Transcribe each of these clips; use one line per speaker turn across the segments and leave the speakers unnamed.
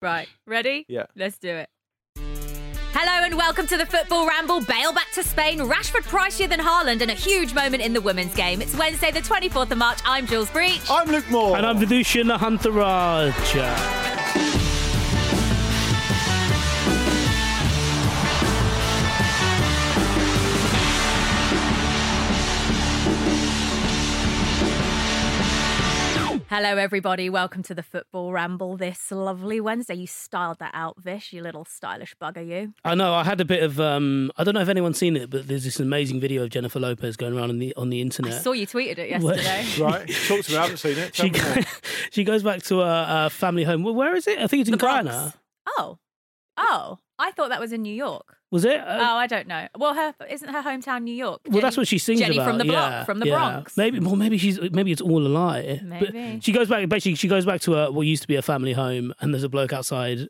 Right. Ready?
Yeah.
Let's do it. Hello and welcome to the Football Ramble. Bale back to Spain, Rashford pricier than Haaland, and a huge moment in the women's game. It's Wednesday, the 24th of March. I'm Jules Breach.
I'm Luke Moore.
And I'm Vidusha Nahantaraja.
Hello, everybody. Welcome to the Football Ramble this lovely Wednesday. You styled that out, Vish, you little stylish bugger, you.
I know I had a bit of um, I don't know if anyone's seen it, but there's this amazing video of Jennifer Lopez going around on the on the internet.
I saw you tweeted it
Well-
yesterday.
Right, talk to me. I haven't seen it. Tell
she
me more.
go- she goes back to her uh, family home. Well, where is it? I think it's in
The Bronx.
Guyana.
Oh. Oh. I thought that was in New York.
Was it? Uh,
Oh, I don't know. Well, her isn't her hometown New York.
well, that's
Jenny-
what she sings
Jenny
about.
from the block,
yeah,
from the
yeah.
Bronx.
Maybe, well, maybe she's maybe it's all a lie. But
Maybe.
she goes back. Basically, she goes back to her what used to be her family home, and there's a bloke outside,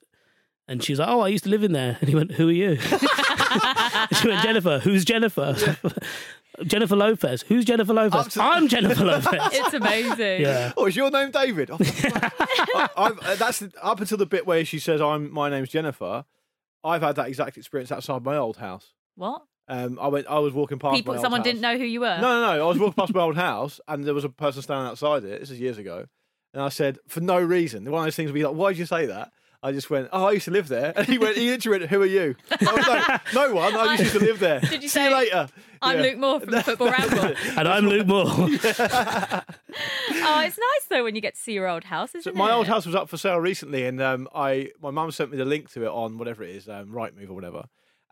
and she's like, "Oh, I used to live in there." And he went, "Who are you?" she went, "Jennifer." Who's Jennifer? Jennifer Lopez. Who's Jennifer Lopez?
to-
I'm Jennifer Lopez.
It's amazing.
yeah.
Oh, is your name David? Oh, for fuck's sake. I, I've, uh, that's the- up until the bit where she says, "I'm my name's Jennifer." I've had that exact experience outside my old house.
What?
Um, I went. I was walking past. my
People,
old
someone
house.
didn't know who you were.
No, no, no. I was walking past my old house, and there was a person standing outside it. This is years ago, and I said for no reason. One of those things where you're like, "Why did you say that?" I just went, "Oh, I used to live there," and he went, "He literally went, who are you?" I was like, "No one. I just used to live there."
Did you
See
say,
you later?
I'm
Yeah.
Luke Moore from the Football Ramble.
And I'm Luke Moore.
Oh, it's nice though when you get to see your old house, isn't
So my
it?
old house was up for sale recently, and um, I my mum sent me the link to it on whatever it is, um, Rightmove or whatever.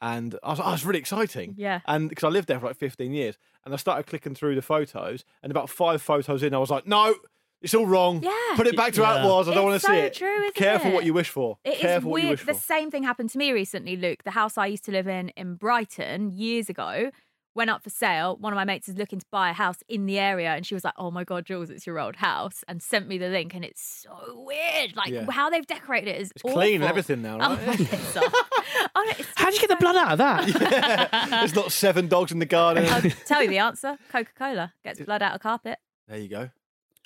And I was, I was really exciting,
Yeah.
And because I lived there for like 15 years, and I started clicking through the photos, and about five photos in, I was like, no, it's all wrong.
Yeah.
Put it back to how it
Yeah.
was. I
It's
don't want to
so
see it.
true, isn't
Careful what
it?
you wish for.
It is
Careful what you
weird.
wish
The
for.
same thing happened to me recently, Luke. The house I used to live in in Brighton years ago went up for sale. One of my mates is looking to buy a house in the area, and she was like, "Oh my god, Jules, it's your old house," and sent me the link, and it's so weird. Like
Yeah.
how they've decorated it is
It's clean and
awful.
everything now,
I'm
right?
pissed off. Oh, no, it's
How'd you get the blood out of that?
There's not seven dogs in the garden.
I'll tell you the answer. Coca Cola gets blood out of carpet.
there you go.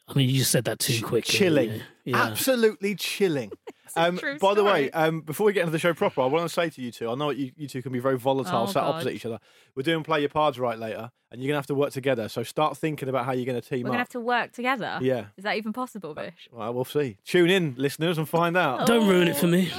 I mean, you just said that too quickly.
Chilling.
Yeah.
Absolutely chilling.
a
Um,
true
by the way,
story.
um, before we get into the show proper, I want to say to you two, I know that you, you two can be very volatile,
Oh,
sat
God.
opposite each other. We're doing play your cards right later, and you're going to have to work together. So start thinking about how you're going to team
We're gonna
up.
have to work together.
Yeah.
Is that even possible, Bish?
Well, we'll see. Tune in, listeners, and find out.
Don't ruin it for me.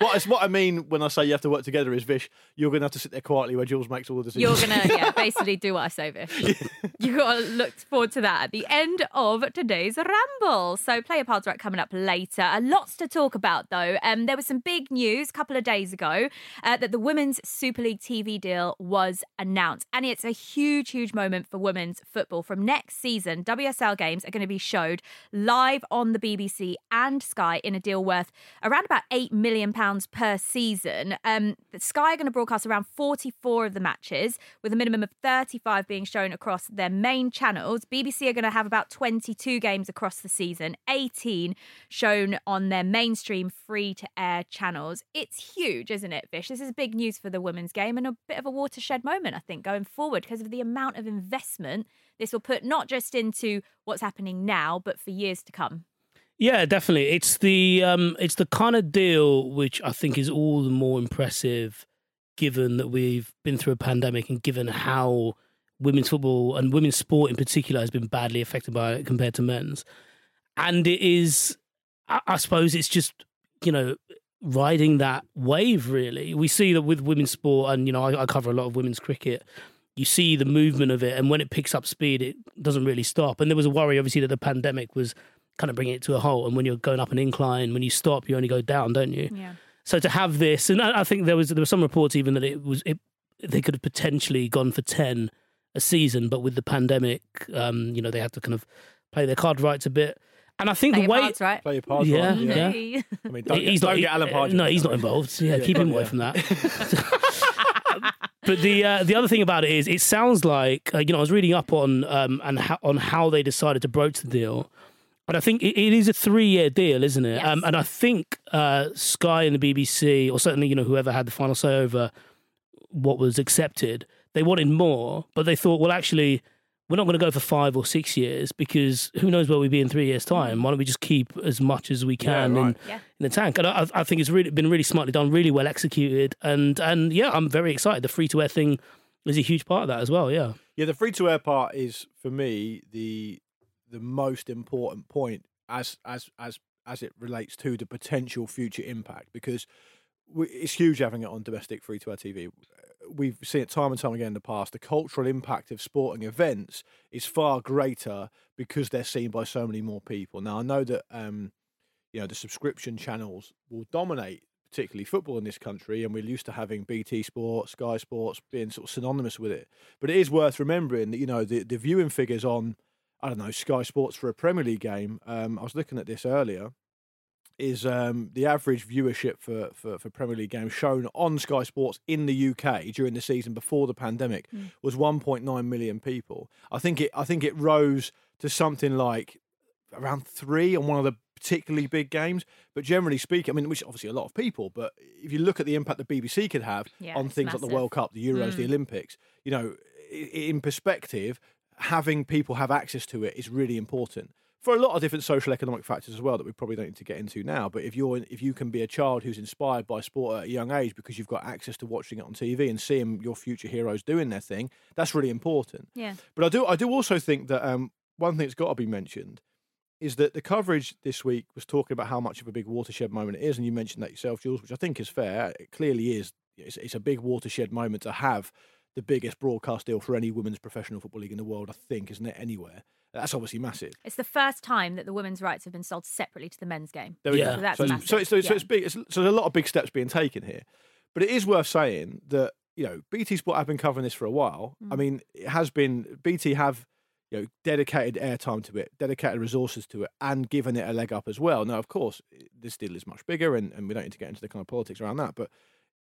What, is, what I mean when I say you have to work together is, Vish, you're going to have to sit there quietly where Jules makes all the
You're
decisions.
gonna, yeah, basically do what I say, Vish. you gotta look forward to that at the end of today's ramble. So player parts right coming up later. Uh, Lots to talk about though. Um, there was some big news a couple of days ago uh, that the women's Super League TV deal was announced, and it's a huge, huge moment for women's football. From next season, WSL games are going to be showed live on the BBC and Sky in a deal worth around about eight million pounds per season. Um, the Sky are going to broadcast around 44 of the matches, with a minimum of 35 being shown across their main channels. BBC are going to have about 22 games across the season, 18 shown on their mainstream free-to-air channels. It's huge, isn't it, Vish? This is big news for the women's game and a bit of a watershed moment, I think, going forward because of the amount of investment this will put not just into what's happening now, but for years to come.
Yeah, definitely. It's the um, it's the kind of deal which I think is all the more impressive, given that we've been through a pandemic and given how women's football and women's sport in particular has been badly affected by it compared to men's. And it is, I, I suppose, it's just you know riding that wave. Really, we see that with women's sport, and you know I, I cover a lot of women's cricket you see the movement of it, and when it picks up speed, it doesn't really stop. And there was a worry, obviously, that the pandemic was kind of bringing it to a halt. And when you're going up an incline, when you stop, you only go down, don't you?
Yeah.
So to have this, and I I think there was there were some reports even that it was it they could have potentially gone for ten a season, but with the pandemic, um, you know, they had to kind of play their card rights a bit. And I think
Play
the
your
way
parts right.
play your cards
Yeah.
right.
Yeah.
I mean, don't,
he's
get,
not,
don't
he-
get Alan Pardew.
No, he's not involved. Yeah, keep him away
yeah.
from that. but the uh, the other thing about it is, it sounds like uh, you know I was reading up on um and how, on how they decided to broach the deal, and I think it, it is a three year deal, isn't it?
Yes.
Um, and I think uh, Sky and the BBC, or certainly you know whoever had the final say over what was accepted, they wanted more, but they thought, well, actually, we're not going to go for five or six years because who knows where we'll be in three years' time. Why don't we just keep as much as we can in,
right.
Yeah.
in the tank? And I, I think it's really been really smartly done, really well executed, and and yeah, I'm very excited. The free to air thing is a huge part of that as well. Yeah,
Yeah, the free to air part is for me the the most important point as as as as it relates to the potential future impact because we, it's huge having it on domestic free to air TV. We've seen it time and time again in the past. The cultural impact of sporting events is far greater because they're seen by so many more people. Now I know that um, you know the subscription channels will dominate particularly football in this country and we're used to having BT Sport, Sky Sports being sort of synonymous with it. But it is worth remembering that you know the, the viewing figures on I don't know Sky Sports for a Premier League game. Um, I was looking at this earlier. Is um, the average viewership for, for for Premier League games shown on Sky Sports in the UK during the season before the pandemic was 1.9 million people. I think it I think it rose to something like around three on one of the particularly big games. But generally speaking, I mean, which is obviously a lot of people, but if you look at the impact the BBC could have
Yeah,
on
it's
things like the
massive. Mm.
World Cup, the Euros, the Olympics, you know, i- in perspective, having people have access to it is really important for a lot of different social economic factors as well that we probably don't need to get into now. But if you're if you can be a child who's inspired by sport at a young age because you've got access to watching it on TV and seeing your future heroes doing their thing, that's really important.
Yeah.
But I do I do also think that um, one thing that's got to be mentioned is that the coverage this week was talking about how much of a big watershed moment it is, and you mentioned that yourself, Jules, which I think is fair. It clearly is. It's, it's a big watershed moment to have the biggest broadcast deal for any women's professional football league in the world, I think, isn't it? Anywhere. That's obviously massive.
It's the first time that the women's rights have been sold separately to the men's game.
There we
Yeah.
go.
So that's
so,
massive.
so, it's, so, it's- so
Yeah.
it's big. It's, so there's a lot of big steps being taken here, but it is worth saying that you know BT Sport have been covering this for a while.
Mm.
I mean, it has been BT have you know dedicated airtime to it, dedicated resources to it, and given it a leg up as well. Now, of course, i- this deal is much bigger, and, and we don't need to get into the kind of politics around that, but.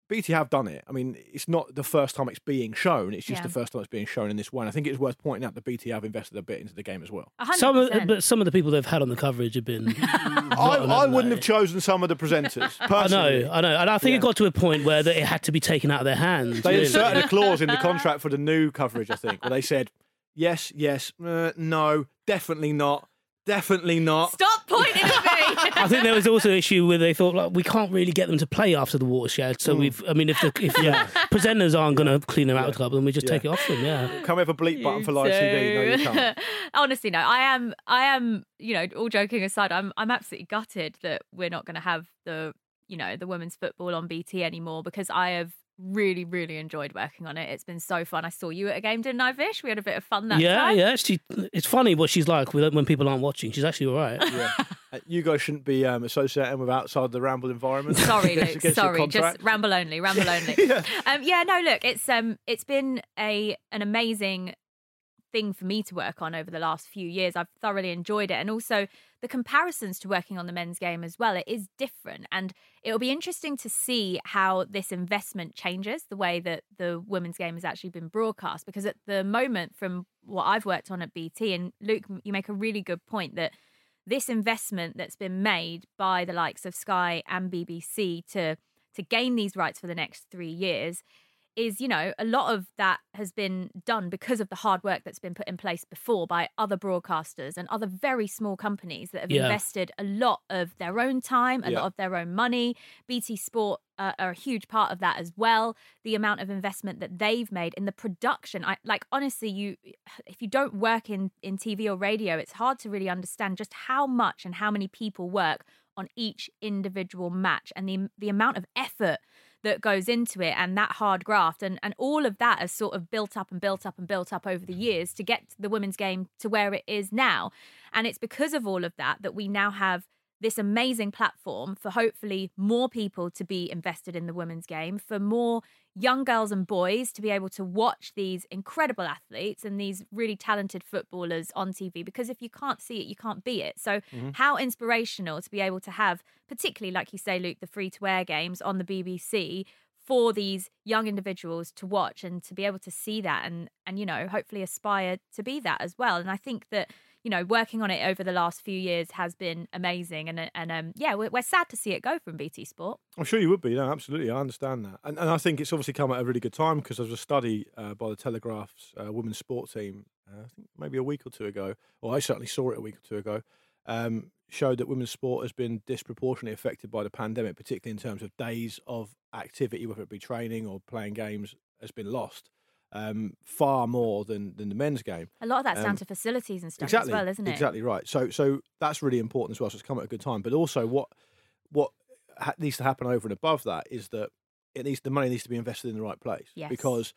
BT have done it. I mean, it's not the first time it's being shown. It's just
Yeah.
the first time it's being shown in this way. And I think it's worth pointing out that BT have invested a bit into the game as well.
A hundred
some of,
percent.
but some of the people they've had on the coverage have been.
I,
I,
I wouldn't have chosen some of the presenters.
I
Personally.
know, I know, and I think it got to a point where that it had to be taken out of their hands.
They
really.
inserted a clause in the contract for the new coverage, I think, where they said, yes, yes, uh, no, definitely not, definitely not.
Stop pointing at me.
I think there was also an issue where they thought like we can't really get them to play after the watershed. So we've, I mean, if the if Mm. yeah. presenters aren't going to clean them out of the club, then we just take it off them. Yeah,
Can we have a bleep button for live TV? No, you can't.
Honestly, no. I am. I am. You know, all joking aside, I'm. I'm absolutely gutted that we're not going to have the. You know, the women's football on BT anymore because I have really, really enjoyed working on it. It's been so fun. I saw you at a game, didn't I, Vish? We had a bit of fun that
yeah,
time.
yeah. She, it's funny what she's like with- when people aren't watching. She's actually all right.
Yeah. Uh, You guys shouldn't be um, associating with outside the ramble environment.
Sorry,
It's
Luke.
against your
Sorry,
contract.
just ramble only, ramble only.
Yeah.
Um, yeah, no, look, it's um, it's been a an amazing thing for me to work on over the last few years. I've thoroughly enjoyed it, and also the comparisons to working on the men's game as well. It is different, and it'll be interesting to see how this investment changes the way that the women's game has actually been broadcast. Because at the moment, from what I've worked on at BT, and Luke, you make a really good point that this investment that's been made by the likes of Sky and BBC to to gain these rights for the next 3 years is you know a lot of that has been done because of the hard work that's been put in place before by other broadcasters and other very small companies that have
Yeah.
invested a lot of their own time a
Yeah.
lot of their own money BT Sport uh, are a huge part of that as well the amount of investment that they've made in the production i like honestly you if you don't work in in TV or radio it's hard to really understand just how much and how many people work on each individual match and the the amount of effort that goes into it and that hard graft and and all of that has sort of built up and built up and built up over the years to get the women's game to where it is now and it's because of all of that that we now have this amazing platform for hopefully more people to be invested in the women's game, for more young girls and boys to be able to watch these incredible athletes and these really talented footballers on TV. Because if you can't see it, you can't be it. So,
Mm-hmm.
how inspirational to be able to have, particularly, like you say, Luke, the free to air games on the BBC for these young individuals to watch and to be able to see that and and you know hopefully aspire to be that as well and i think that you know, working on it over the last few years has been amazing. And and um, yeah, we're, we're sad to see it go from BT Sport.
I'm sure you would be. No, absolutely. I understand that. And, and I think it's obviously come at a really good time because there was a study uh, by the Telegraph's uh, women's sport team, uh, I think maybe a week or two ago, or I certainly saw it a week or two ago, um, showed that women's sport has been disproportionately affected by the pandemic, particularly in terms of days of activity, whether it be training or playing games, has been lost um, far more than, than the men's game.
A lot of that's
Um,
down to facilities and stuff
exactly,
as well, isn't it?
Exactly right. So so that's really important as well. So it's come at a good time. But also what what ha- needs to happen over and above that is that it needs the money needs to be invested in the right place
Yes.
because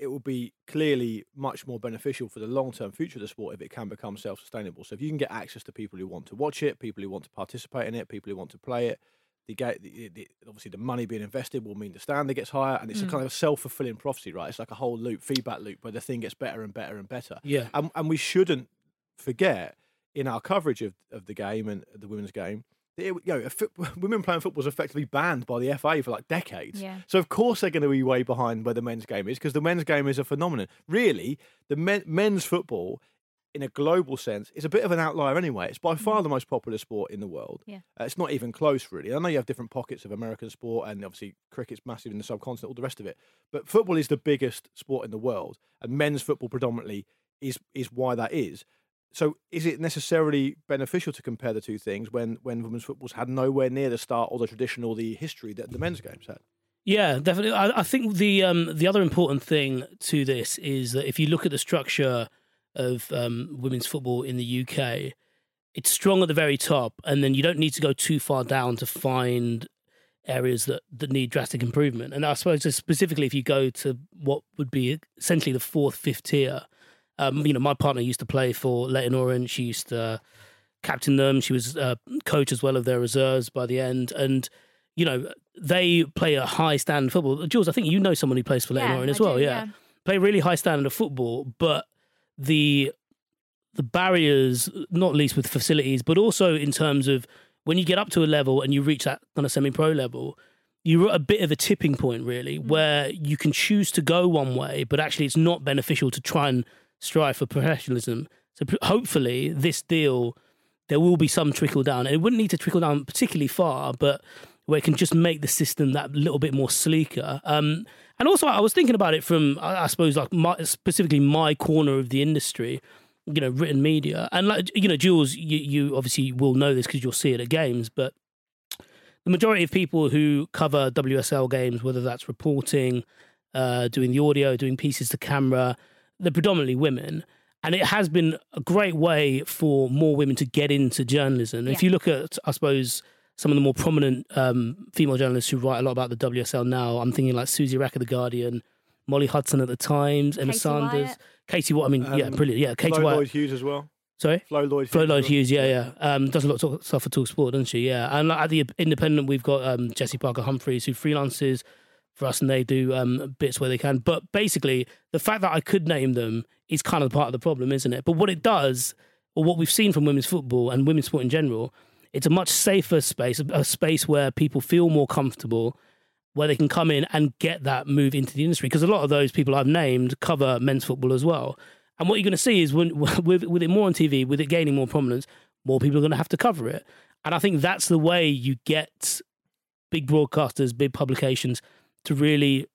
it will be clearly much more beneficial for the long term future of the sport if it can become self sustainable. So if you can get access to people who want to watch it, people who want to participate in it, people who want to play it. The, ga- the, the, obviously, the money being invested will mean the standard gets higher, and it's
Mm.
a kind of self fulfilling prophecy, right? It's like a whole loop, feedback loop, where the thing gets better and better and better
Yeah.
and, and we shouldn't forget in our coverage of, of the game and the women's game that it, you know, a foot, women playing football was effectively banned by the FA for like decades.
Yeah.
So of course they're going to be way behind where the men's game is because the men's game is a phenomenon. Really, the men, men's football in a global sense is a bit of an outlier anyway. It's by far the most popular sport in the world.
Mm-hmm. Yeah.
Uh, it's not even close really. I know you have different pockets of American sport and obviously cricket's massive in the subcontinent, all the rest of it. But football is the biggest sport in the world and men's football predominantly is is why that is. So is it necessarily beneficial to compare the two things when when women's football's had nowhere near the start or the tradition or the history that the men's games had?
Yeah, definitely. I, I think the um, the other important thing to this is that if you look at the structure of um, women's football in the UK, it's strong at the very top, and then you don't need to go too far down to find areas that, that need drastic improvement. And I suppose just specifically if you go to what would be essentially the fourth, fifth tier, um, you know, my partner used to play for Leighton Orient. She used to uh, captain them. She was uh, coach as well of their reserves by the end, and you know they play a high standard football. Jules, I think you know someone who plays for Leighton
Yeah,
Orient as
I
well.
do,
yeah.
yeah.
play really high standard of football, but the the barriers, not least with facilities, but also in terms of when you get up to a level and you reach that kind of semi-pro level. You're at a bit of a tipping point, really, where you can choose to go one way, but actually it's not beneficial to try and strive for professionalism. So pr- hopefully, this deal there will be some trickle down. And it wouldn't need to trickle down particularly far, but where it can just make the system that little bit more sleeker. Um, and also, I was thinking about it from, I I suppose, like my, specifically my corner of the industry, you know, written media. And like, you know, Jules, you, you obviously will know this because you'll see it at games, but the majority of people who cover WSL games, whether that's reporting, uh, doing the audio, doing pieces to camera, they're predominantly women. And it has been a great way for more women to get into journalism. If
Yeah.
you look at, I suppose, some of the more prominent um, female journalists who write a lot about the WSL now, I'm thinking like Susie Rack of The Guardian, Molly Hudson at The Times, Emma
Katie
Sanders,
Wyatt.
Katie Watt. I mean, yeah,
Um,
brilliant. Yeah, Katie
Flo
Watt.
Lloyd Hughes as well.
Sorry?
Flo Lloyd.
Flo
Hughes as
Lloyd
well.
Hughes, yeah, yeah. Um, does a lot of talk, stuff for Talk Sport, doesn't she? Yeah. And like, at the Independent, we've got um, Jesse Parker Humphries, who freelances for us and they do um, bits where they can. But basically, the fact that I could name them is kind of part of the problem, isn't it? But what it does, or what we've seen from women's football and women's sport in general, it's a much safer space, a- a space where people feel more comfortable, where they can come in and get that move into the industry. Because a lot of those people I've named cover men's football as well. And what you're going to see is when, with, with it more on TV, with it gaining more prominence, more people are going to have to cover it. And I think that's the way you get big broadcasters, big publications to really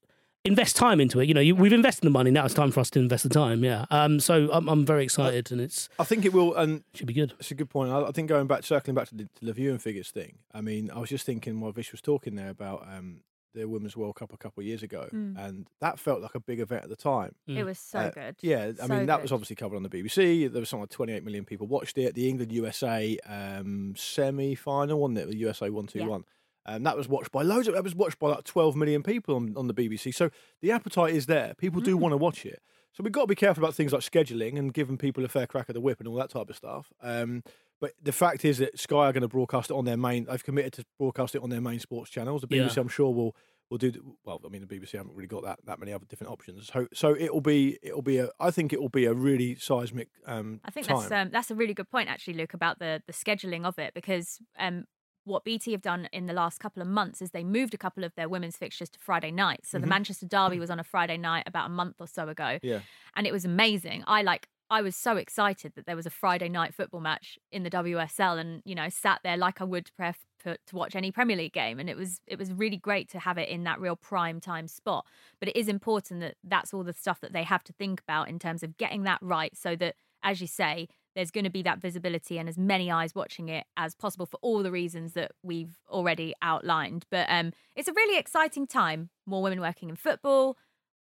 invest time into it. You know, you, we've invested the money. Now it's time for us to invest the time. Yeah. Um. So I'm, I'm very excited, and it's
I think it will, and
should be good.
It's a good point. I, I think going back, circling back to the, to the viewing figures thing. I mean, I was just thinking while Vish was talking there about um, the Women's World Cup a couple of years ago,
Mm.
and that felt like a big event at the time.
It was so
Uh,
good.
Yeah,
So
I mean that was
good.
obviously covered on the BBC. There was something like 28 million people watched it. The England USA um, semi final, wasn't it? The USA one two one, and that was watched by loads. Of, that was watched by like 12 million people on, on the BBC. So the appetite is there. People do
Mm.
want to watch it. So we've got to be careful about things like scheduling and giving people a fair crack at the whip and all that type of stuff. Um, but the fact is that Sky are going to broadcast it on their main. They've committed to broadcast it on their main sports channels. The BBC,
Yeah.
I'm sure, will will do. th- Well, I mean, the BBC haven't really got that, that many other different options. So, so it'll be it'll be a. I think it will be a really seismic. Um,
I think
time.
that's um, that's a really good point actually, Luke, about the the scheduling of it because um, what BT have done in the last couple of months is they moved a couple of their women's fixtures to Friday night. So the Manchester Derby was on a Friday night about a month or so ago,
yeah.
and it was amazing. I like I was so excited that there was a Friday night football match in the WSL, and you know, sat there like I would pref for- to watch any Premier League game, and it was it was really great to have it in that real prime time spot. But it is important that that's all the stuff that they have to think about in terms of getting that right, so that as you say, there's going to be that visibility and as many eyes watching it as possible for all the reasons that we've already outlined. But um, it's a really exciting time. More women working in football,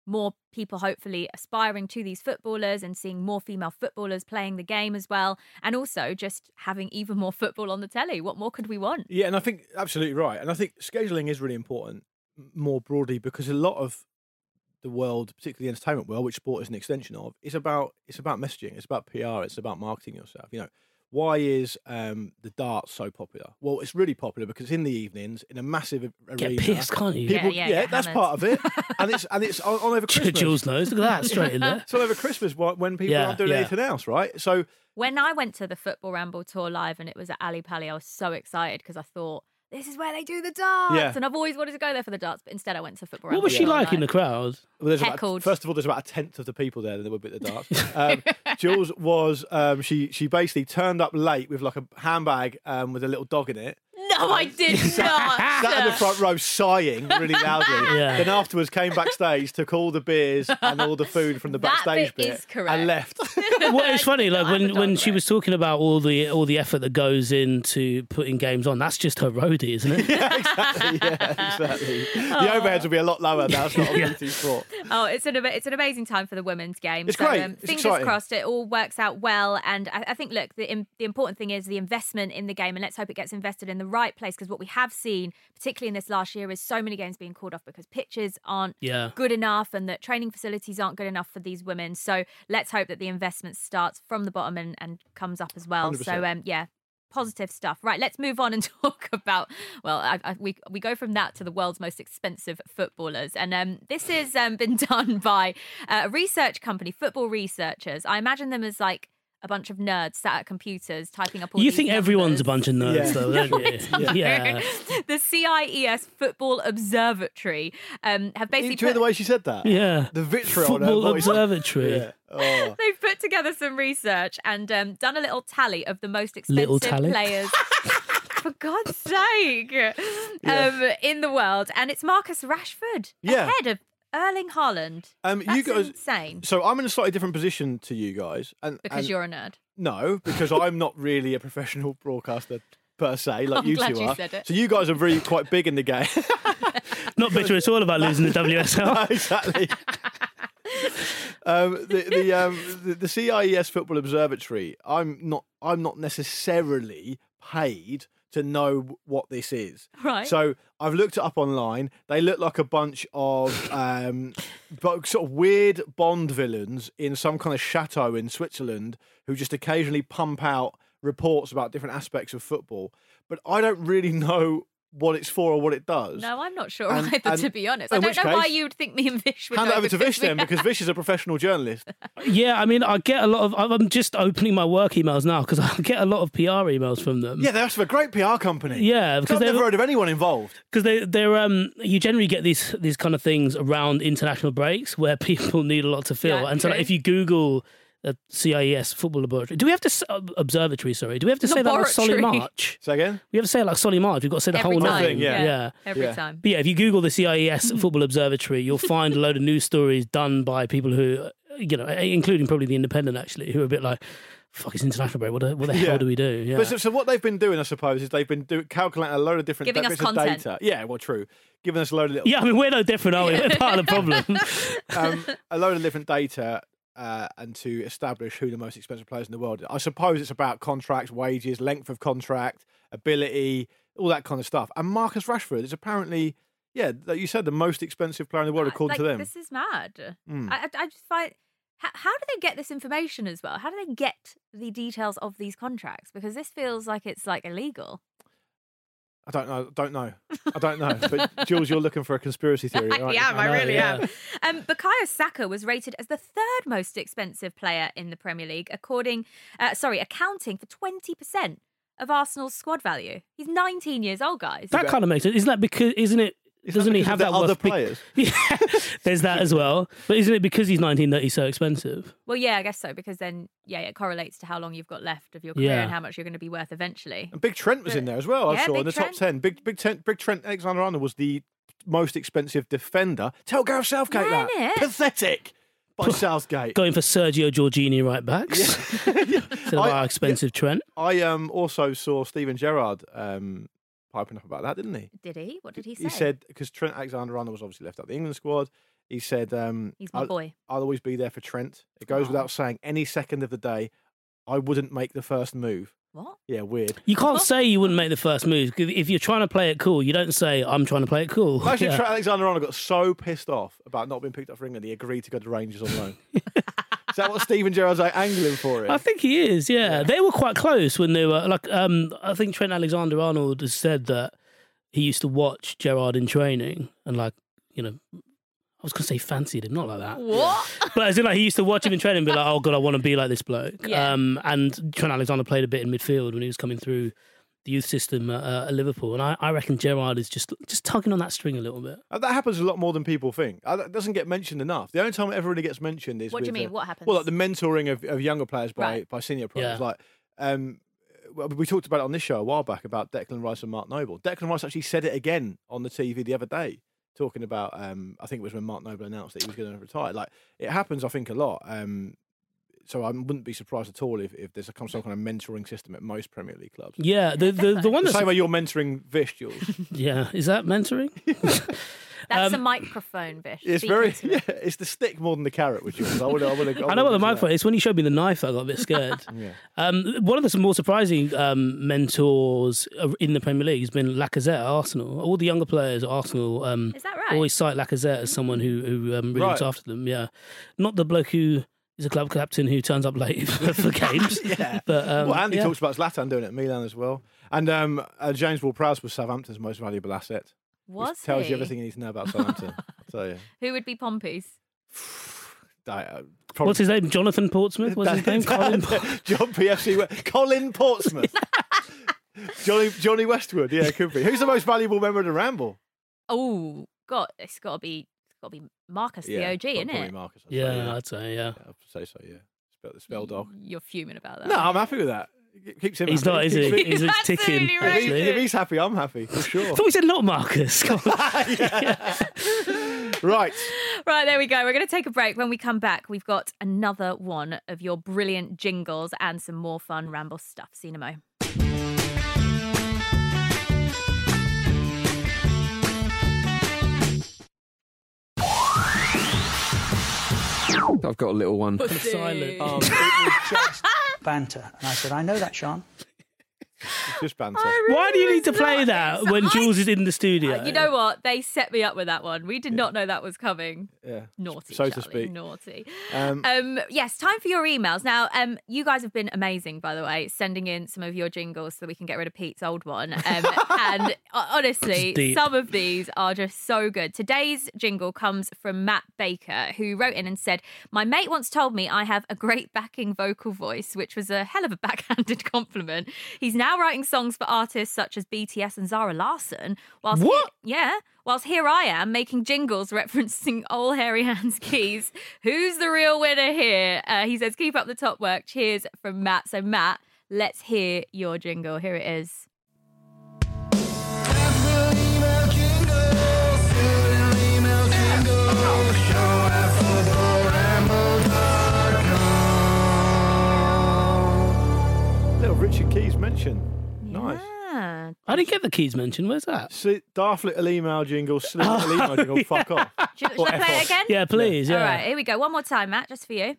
more people hopefully aspiring to these footballers and seeing more female footballers playing the game as well. And also just having even more football on the telly. What more could we want?
Yeah, and I think absolutely right. And I think scheduling is really important m- more broadly because a lot of the world, particularly the entertainment world, which sport is an extension of, is about it's about messaging, it's about PR, it's about marketing yourself. You know, why is um, the dart so popular? Well, it's really popular because it's in the evenings in a massive a-
Get
arena.
pissed, can't you?
Yeah,
People,
yeah, get
that's
hammered.
part of it, and it's and it's on, on over Christmas.
Jules knows. Look at that, straight in there.
It's on over Christmas wh- when people
Yeah,
aren't doing
yeah.
anything else, right? So
When I went to the Football Ramble tour live and it was at Ali Pali, I was so excited because I thought, this is where they do the darts.
Yeah.
And I've always wanted to go there for the darts, but instead I went to Football Ramble.
What was she
tour
like
live.
in the crowd?
Well, there's about-
Heckled.
first of all, there's about a tenth of the people there that were a bit the dark. Um, Jules was um, she she basically turned up late with like a handbag um, with a little dog in it.
No, I did not.
Sat in the front row sighing really loudly.
Yeah.
Then afterwards came backstage, took all the beers and all the food from the
That
backstage
bit
bit,
is correct.
and left.
Well, it's funny, like
I
when,
haven't
when
done
she
that.
was talking about all the all the effort that goes into putting games on. That's just her roadie, isn't it?
yeah, exactly. Yeah, exactly. The overheads will be a lot lower now. It's not a community sport.
Oh, it's an ama- it's an amazing time for the women's game.
It's
so,
great.
Um,
It's
fingers
exciting.
crossed, it all works out well. And I, I think, look, the im- the important thing is the investment in the game, and let's hope it gets invested in the right place. Because what we have seen, particularly in this last year, is so many games being called off because pitches aren't
Yeah.
good enough, and that training facilities aren't good enough for these women. So let's hope that the investment starts from the bottom and and comes up as well. So
100%.
um, yeah. Positive stuff, right? Let's move on and talk about. Well, I, I, we we go from that to the world's most expensive footballers, and um, this has um, been done by uh, a research company, football researchers. I imagine them as like a bunch of nerds sat at computers typing up all.
You
these
think everyone's
numbers.
a bunch of nerds,
Yeah.
though, don't you? yeah.
the CIES Football Observatory um, have
Do you
basically put,
hear the way she said that?
Yeah.
The vitriol. on her
Football
voice.
Observatory.
Yeah. Oh.
they've put together some research and um, done a little tally of the most
Little
expensive
tally?
players. For God's sake, um, in the world, and it's Marcus Rashford
Yeah.
ahead of Erling Haaland.
Um,
That's
you guys.
insane
So I'm in a slightly different position to you guys, and
because
and-
you're a nerd.
No, because I'm not really a professional broadcaster per se, like
I'm
you
glad
two
you
are.
said it.
So you guys are really quite big in the game.
Not bitter. It's all about losing the WSL.
exactly. um, the the, um, the the CIES Football Observatory. I'm not. I'm not necessarily paid to know what this is.
Right.
So I've looked it up online. They look like a bunch of um, bo- sort of weird Bond villains in some kind of chateau in Switzerland who just occasionally pump out reports about different aspects of football. But I don't really know what it's for or what it does.
No, I'm not sure
And-
either,
and-
to be honest. I
in
don't
which
know why
case-
you'd think me and Vish would
Hand
know
it over to
because
Vish
we-
then, because Vish is a professional journalist.
yeah, I mean, I get a lot of. I'm just opening my work emails now because I get a lot of PR emails from them.
Yeah, they're actually a great PR company.
Yeah,
I've
because
never
they're
heard of anyone involved.
because they they're um you generally get these these kind of things around international breaks where people need a lot to fill,
Yeah,
and so like,
true.
if you Google the CIES E football laboratory, do we have to s- ob- observatory? Sorry, do we have to say that like Solly
Laboratory.
March?
Say again?
We have to say it like Solly March. We've got to say the
Every
whole
time.
name.
yeah.
yeah.
Every
Yeah.
time.
But yeah, if you Google the CIES Football Observatory, you'll find a load of news stories done by people who, you know, including probably the Independent actually, who are a bit like, "Fuck, it's international break. What the, what the
Yeah.
hell do we do?" Yeah.
But so, so what they've been doing, I suppose, is they've been do- calculating a load of different
Giving us
bits
content.
of data. Yeah, well, true. Giving us a load of little
yeah, I mean, we're no different, are we? We're part of the problem.
um, a load of different data uh, and to establish who the most expensive players in the world. are. I suppose it's about contracts, wages, length of contract, ability, all that kind of stuff. And Marcus Rashford is apparently, yeah, like you said, the most expensive player in the world according
like,
to them.
This is mad.
Mm.
I, I, I just find. How, how do they get this information as well? How do they get the details of these contracts? Because this feels like it's like illegal.
I don't know. Don't know. I don't know. But Jules, you're looking for a conspiracy theory. Aren't
yeah,
you?
I
know,
really
yeah.
am. Um, Bukayo Saka was rated as the third most expensive player in the Premier League, according, uh, sorry, accounting for twenty percent of Arsenal's squad value. He's 19 years old, guys.
that kind of makes it. Isn't that because? Isn't it
Is
Doesn't he
because
have
of the
that
other
worth pick-
players?
yeah, there's that as well. But isn't it because he's 19 that he's so expensive?
Well, yeah, I guess so because then yeah, it correlates to how long you've got left of your career
Yeah.
and how much you're going to be worth eventually.
And Big Trent was in there as well. I
Yeah,
saw
Big
in the
Trent.
top ten. Big Big Trent, Big Trent Alexander Arnold was the most expensive defender. Tell Gareth Southgate
Yeah,
that
innit?
pathetic by Southgate.
Going for Sergio Giorgini right backs instead of
I-
our expensive Trent.
I um also saw Stephen Gerrard um piping up about that, didn't he?
Did he? What did he say?
He said because Trent Alexander Arnold was obviously left out of the England squad. He said um,
he's my
I'll,
boy.
I'll always be there for Trent. It goes
Aw.
without saying. Any second of the day, I wouldn't make the first move.
What?
Yeah, weird.
You
Well-
can't say you wouldn't make the first move. 'cause If you're trying to play it cool, you don't say, I'm trying to play it cool.
Actually,
Yeah.
Trent Alexander Arnold got so pissed off about not being picked up for England, he agreed to go to Rangers on loan. Is that what Stephen Gerrard's like angling for?
I
It?
think he is. Yeah. they were quite close when they were like. Um, I think Trent Alexander-Arnold has said that he used to watch Gerard in training and like you know, I was gonna say fancied him, not like
Uh,
that,
What?
but as in like he used to watch him in training and be like, oh god, I want to be like this bloke.
Yeah.
Um, and Trent Alexander played a bit in midfield when he was coming through the youth system at, uh, at Liverpool, and I, I reckon Gerard is just just tugging on that string a little bit.
Uh, That happens a lot more than people think. Uh, That doesn't get mentioned enough. The only time it ever really gets mentioned is
What do you
with, uh,
mean? What happens?
Well, like the mentoring of, of younger players by,
Right.
by senior players.
Yeah.
Like, um, well, we talked about it on this show a while back about Declan Rice and Mark Noble. Declan Rice actually said it again on the TV the other day, talking about, um, I think it was when Mark Noble announced that he was going to retire. Like, it happens, I think, a lot. Um, so I wouldn't be surprised at all if, if there's a, some kind of mentoring system at most Premier League clubs.
Yeah, the the, the one
The
that's
same way you're mentoring Vish, Jules.
yeah is that mentoring?
That's
um,
a microphone, Vish.
It's
Speaking
very,
to
yeah,
it.
it's the stick more than the carrot with Jules. I would, I would, I, would
I know what the
agree with
microphone. It's when you showed me the knife, I got a bit scared.
that. Yeah.
Um, one of the more surprising um, mentors uh, in the Premier League has been Lacazette at Arsenal. All the younger players at Arsenal um,
Is that right?
always cite Lacazette as someone who, who um, really looks
Right.
after them. Yeah, not the bloke who is a club captain who turns up late for, for games.
Yeah.
But um,
well, Andy
yeah.
talks about Zlatan doing it at Milan as well. And um, uh, James Ward-Prowse was Southampton's most valuable asset. which
Was
tells
he?
you everything you need to know about Southampton. so yeah,
Who would be Pompey's?
Di- uh, probably-
What's his name? Jonathan Portsmouth. What's his name? Colin. Por-
John PFC. Wa- Colin Portsmouth. Johnny Johnny Westwood. Yeah, it could be. Who's the most valuable member of the Ramble?
Oh, God, it's got to be, it's got to be Marcus the OG,
prob-
isn't
probably
it?
Marcus. I'd say,
yeah, I'd say yeah.
Yeah, I'd say so. Yeah, spell spell dog.
You're fuming about that.
No, I'm happy with that. It keeps him.
He's
happy.
not, is
Keeps
he?
me-
He's
Absolutely
ticking.
right.
If, he, if
Actually.
he's happy, I'm happy for
I
sure.
thought he said not Marcus. Come on.
right.
Right, there we go. We're going to take a break. When we come back, we've got another one of your brilliant jingles and some more fun ramble stuff. See you in a mo.
I've got a little one.
Silent.
banter. And I said, I know that, Sean.
Just banter.
Why do you need to
It's
play
not-
that
it's
when
not-
Jules is in the studio?
You know what? They set me up with that one. We did not know that was coming.
Yeah.
Naughty,
So to
shall we?
speak.
Naughty.
Um,
Um, yes, time for your emails. Now, um, you guys have been amazing, by the way, sending in some of your jingles so that we can get rid of Pete's old one. Um, and uh,
It's deep.
honestly, some of these are just so good. Today's jingle comes from Matt Baker, who wrote in and said, My mate once told me I have a great backing vocal voice, which was a hell of a backhanded compliment. He's now writing songs for artists such as BTS and Zara Larson. Whilst
What?
Here, yeah. Whilst here I am making jingles referencing old hairy hands keys. Who's the real winner here? Uh, he says, Keep up the top work. Cheers from Matt. So, Matt, let's hear your jingle. Here it is.
Little Richard Keys mention. Nice.
Yeah.
I didn't get the keys mentioned. Where's that?
Sli- daft little email jingle, slim little email jingle, fuck off.
Do you,
Or
should I
F
play
off.
it again?
Yeah, please. Yeah.
All right, here we go. One more time, Matt, just for you.